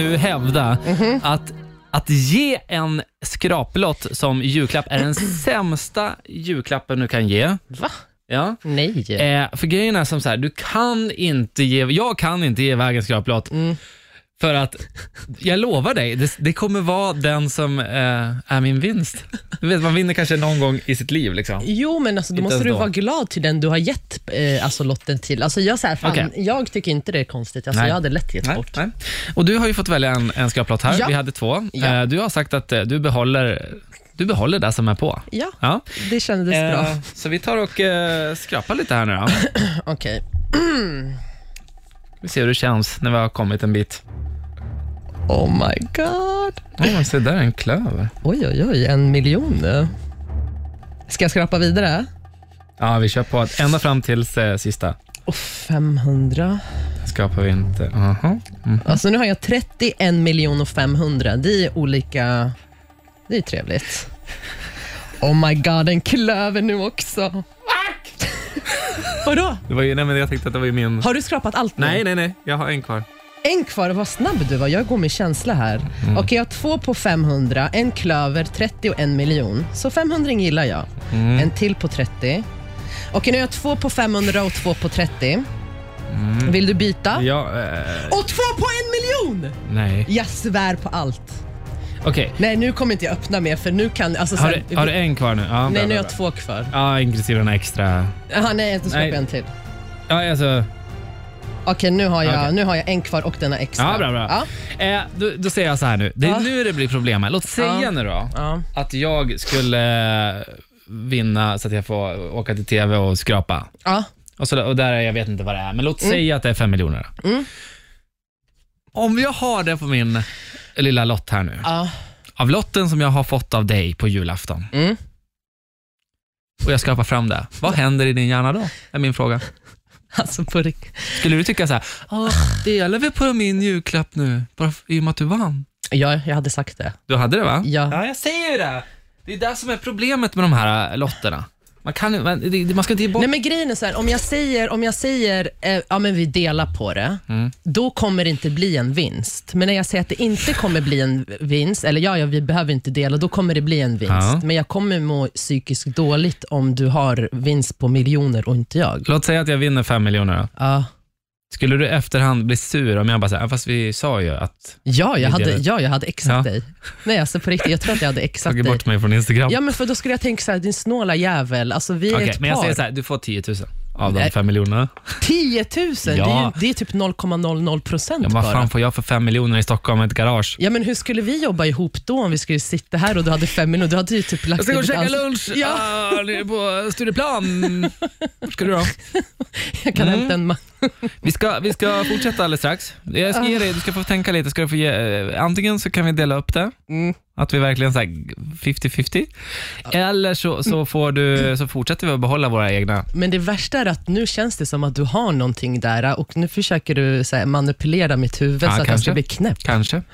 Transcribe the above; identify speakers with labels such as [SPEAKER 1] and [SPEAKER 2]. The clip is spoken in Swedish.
[SPEAKER 1] ju hävda
[SPEAKER 2] Mhm.
[SPEAKER 1] att att ge en skraplott som julklapp är den sämsta julklappen du kan ge.
[SPEAKER 2] Va?
[SPEAKER 1] Ja.
[SPEAKER 2] Nej.
[SPEAKER 1] Eh, för grejen är som så här, du kan inte ge, jag kan inte ge iväg en skraplott.
[SPEAKER 2] Mm.
[SPEAKER 1] För att, jag lovar dig, det, det kommer vara den som eh, är min vinst. Du vet, man vinner kanske någon gång i sitt liv. Liksom.
[SPEAKER 2] Jo, men alltså, då
[SPEAKER 1] Inte
[SPEAKER 2] måste
[SPEAKER 1] ens
[SPEAKER 2] du
[SPEAKER 1] då.
[SPEAKER 2] vara glad till den du har gett eh, alltså, lotten till. Alltså, jag, så här, fan,
[SPEAKER 1] Okej.
[SPEAKER 2] jag tycker inte det är konstigt. Alltså,
[SPEAKER 1] Nej.
[SPEAKER 2] jag hade lätt gett
[SPEAKER 1] Nej,
[SPEAKER 2] bort.
[SPEAKER 1] nej. Och du har ju fått välja en, en skraplott här.
[SPEAKER 2] Ja.
[SPEAKER 1] Vi hade två.
[SPEAKER 2] Ja.
[SPEAKER 1] Eh, du har sagt att eh, du behåller, du behåller det som är på.
[SPEAKER 2] Ja,
[SPEAKER 1] Ja.
[SPEAKER 2] det kändes bra.
[SPEAKER 1] Eh, så vi tar och eh, skrapar lite här nu då.
[SPEAKER 2] Okej.
[SPEAKER 1] Vi ser hur det känns när vi har kommit en bit.
[SPEAKER 2] Oh my god.
[SPEAKER 1] Oh, se där, en klöver.
[SPEAKER 2] Oj, oj, oj. En miljon. nu. Ska jag skrapa vidare?
[SPEAKER 1] Ja, vi kör på ända fram till eh, sista.
[SPEAKER 2] Och 500.
[SPEAKER 1] Mhm. Skrapar vi inte. Aha. Mm.
[SPEAKER 2] Alltså, nu har jag 31 miljoner 500. Det är olika... Det är trevligt. Oh my god, en klöver nu också. Vadå?
[SPEAKER 1] Det var ju, nej, men jag tänkte att det var ju min...
[SPEAKER 2] Har du skrapat allt nu?
[SPEAKER 1] Nej, nej, nej. Jag har en kvar.
[SPEAKER 2] En kvar, vad snabb du var. Jag går med känsla här.
[SPEAKER 1] Mm.
[SPEAKER 2] Okej, jag har två på 500, en klöver, 30 och en miljon. Så 500 gillar jag.
[SPEAKER 1] Mm.
[SPEAKER 2] En till på 30. Okej, nu har jag två på 500 och två på 30. Vill du byta?
[SPEAKER 1] Mm. Ja, eh,
[SPEAKER 2] Och två på en miljon!
[SPEAKER 1] nej.
[SPEAKER 2] Jag svär på allt.
[SPEAKER 1] Okej,
[SPEAKER 2] Nej, nu kommer inte jag öppna mer för nu kan... Alltså,
[SPEAKER 1] har,
[SPEAKER 2] sen-
[SPEAKER 1] du- har du en kvar nu? Ja,
[SPEAKER 2] Nej, nu har
[SPEAKER 1] bra,
[SPEAKER 2] jag
[SPEAKER 1] bra.
[SPEAKER 2] två kvar.
[SPEAKER 1] Ja, inklusive den här extra.
[SPEAKER 2] Aha, nej, då släpper
[SPEAKER 1] Nej.
[SPEAKER 2] jag en till.
[SPEAKER 1] Ja, alltså.
[SPEAKER 2] Okej, nu, har jag,
[SPEAKER 1] Okej.
[SPEAKER 2] nu har jag en kvar och denna extra.
[SPEAKER 1] Ja, bra, bra.
[SPEAKER 2] Ja.
[SPEAKER 1] Eh, då, då säger jag så här nu. Det är
[SPEAKER 2] Ja.
[SPEAKER 1] nu det blir problem här. Låt säga
[SPEAKER 2] Ja.
[SPEAKER 1] nu då
[SPEAKER 2] Ja.
[SPEAKER 1] att jag skulle eh, vinna så att jag får åka till TV och skrapa.
[SPEAKER 2] Ja.
[SPEAKER 1] Och, så, Alltså, och där är, jag vet inte vad det är, men låt säga att det är fem miljoner. då. Om jag har det på min lilla lott här nu,
[SPEAKER 2] Ja.
[SPEAKER 1] av lotten som jag har fått av dig på julafton,
[SPEAKER 2] Mm.
[SPEAKER 1] och jag skrapar fram det, vad händer i din hjärna då? Är min fråga.
[SPEAKER 2] Alltså, på riktigt.
[SPEAKER 1] Skulle du tycka så här, "Ja, delar vi på min julklapp nu, bara f- i och med att du vann?
[SPEAKER 2] Ja, jag hade sagt det.
[SPEAKER 1] Du hade det va?
[SPEAKER 2] Ja.
[SPEAKER 1] jag säger ju det. Det är det som är problemet med de här äh, lotterna. Man, kan, ju- man, det- man ska inte ge bort...
[SPEAKER 2] Nej, men grejen är så här, om jag säger, om jag säger eh, ja, men vi delar på det,
[SPEAKER 1] Mm.
[SPEAKER 2] då kommer det inte bli en vinst. Men när jag säger att det inte kommer bli en vinst, eller ja, ja vi behöver inte dela, då kommer det bli en vinst.
[SPEAKER 1] Ja.
[SPEAKER 2] Men jag kommer må psykiskt dåligt om du har vinst på miljoner och inte jag.
[SPEAKER 1] Låt säga att jag vinner fem miljoner då.
[SPEAKER 2] Ja,
[SPEAKER 1] Skulle du i efterhand bli sur om jag bara säger, "Ah, fast vi sa ju att
[SPEAKER 2] ja, jag,
[SPEAKER 1] Vi
[SPEAKER 2] hade,
[SPEAKER 1] delar.
[SPEAKER 2] ja jag hade exakt
[SPEAKER 1] Ja.
[SPEAKER 2] dig. Nej, alltså på riktigt, jag tror att jag hade exakt
[SPEAKER 1] tagit
[SPEAKER 2] dig.
[SPEAKER 1] bort mig från Instagram?
[SPEAKER 2] Ja, men för då skulle jag tänka så här, din snåla jävel, alltså vi är
[SPEAKER 1] Okej,
[SPEAKER 2] ett
[SPEAKER 1] men jag
[SPEAKER 2] par.
[SPEAKER 1] säger så här, du får 10 000 av de
[SPEAKER 2] Nej.
[SPEAKER 1] fem miljonerna.
[SPEAKER 2] 10 000, det, är ju,
[SPEAKER 1] Ja.
[SPEAKER 2] det är typ 0,00 procent
[SPEAKER 1] Ja,
[SPEAKER 2] bara.
[SPEAKER 1] vad fan får jag för fem miljoner i Stockholm och ett garage?
[SPEAKER 2] Ja, men hur skulle vi jobba ihop då om vi skulle sitta här och du hade fem minuter? Du hade ju typ lagt ditt ans- Ja,
[SPEAKER 1] nere Ah, på Stureplan. ska du då?
[SPEAKER 2] jag
[SPEAKER 1] Mm.
[SPEAKER 2] kan hämta en man.
[SPEAKER 1] Vi ska, vi ska fortsätta alldeles strax. Jag
[SPEAKER 2] Ah.
[SPEAKER 1] ska ge dig, du ska få tänka lite. Ska du få ge, eh, antingen så kan vi dela upp det,
[SPEAKER 2] Mm.
[SPEAKER 1] att vi verkligen säger 50-50. Eller så, så, får du, så fortsätter vi att behålla våra egna.
[SPEAKER 2] Men det värsta är att nu känns det som att du har någonting där och nu försöker du så här, manipulera mitt huvud
[SPEAKER 1] Ja,
[SPEAKER 2] så att jag
[SPEAKER 1] kanske.
[SPEAKER 2] ska bli knäpp.
[SPEAKER 1] Kanske.